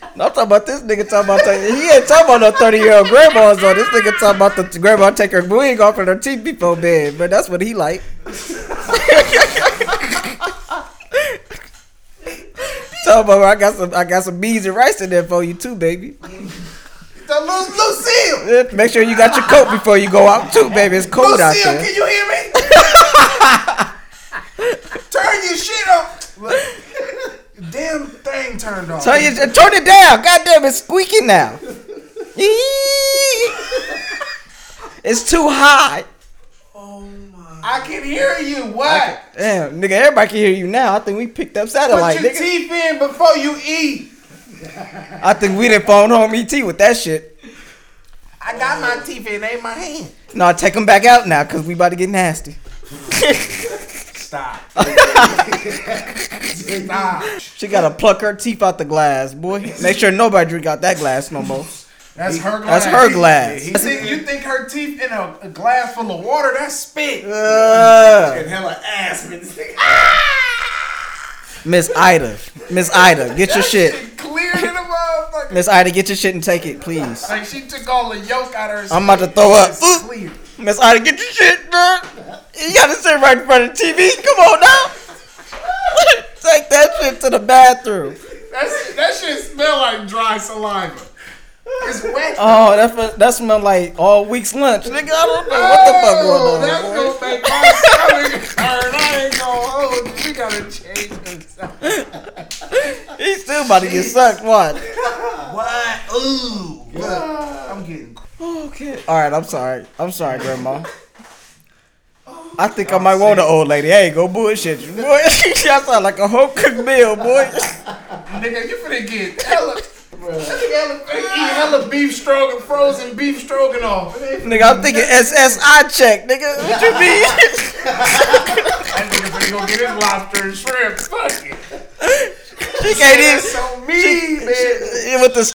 I'm talking about this nigga talking about ta- he ain't talking about no 30 year old grandmas though. This nigga talking about the t- grandma take her wig off and her teeth before bed, but that's what he like. Talking about I got some I got some beans and rice in there for you too, baby. The Lu- Lucille. Eh, Make sure you got your coat before you go out too, baby. It's cold out Lucille, there. can you hear me? Turn your shit off. Look, Damn thing turned off. Turn, your, uh, turn it down. Goddamn, it's squeaking now. it's too high. I can hear you. What? Damn, nigga, everybody can hear you now. I think we picked up Put satellite, your nigga. teeth in before you eat. I think we didn't phone home ET with that shit. I got my teeth in, ain't my hand. No, take them back out now, cause we about to get nasty. Stop. Stop. She gotta pluck her teeth out the glass, boy. Make sure nobody drink out that glass no more. That's her glass. That's her glass. You think, you think her teeth in a, a glass full of water? That's spit. Ugh. And hella ass with this thing. Miss Ida, Miss Ida, get your shit. Clear to the motherfucker. Miss Ida, get your shit and take it, please. Like she took all the yolk out of her. I'm about to skin. throw up. It's Oop. Clear. Miss Ida, get your shit, bro. You gotta sit right in front of the TV. Come on now. Take that shit to the bathroom. That's, that shit smell like dry saliva. It's wet. Oh, that fe- that smelled like all week's lunch, nigga. I don't know what the fuck Oh, going on. boy. That's gonna make my stomach turn. I ain't gonna hold you. We gotta change this. He still about to get sucked. What? What? Ooh. Look, I'm getting. Okay. All right. I'm sorry. I'm sorry, Grandma. Oh, I think I might want an old lady. Hey, go bullshit you, boy. That sound like a home cooked meal, boy. Nigga, you finna get hella. That nigga hella- they Eat hella beef strogan, frozen beef stroganoff. That Nigga, I'm thinking SSI check, nigga. What you mean? nigga finna go get his lobster and shrimp. Fuck it. she can't even. That's so mean, man. With the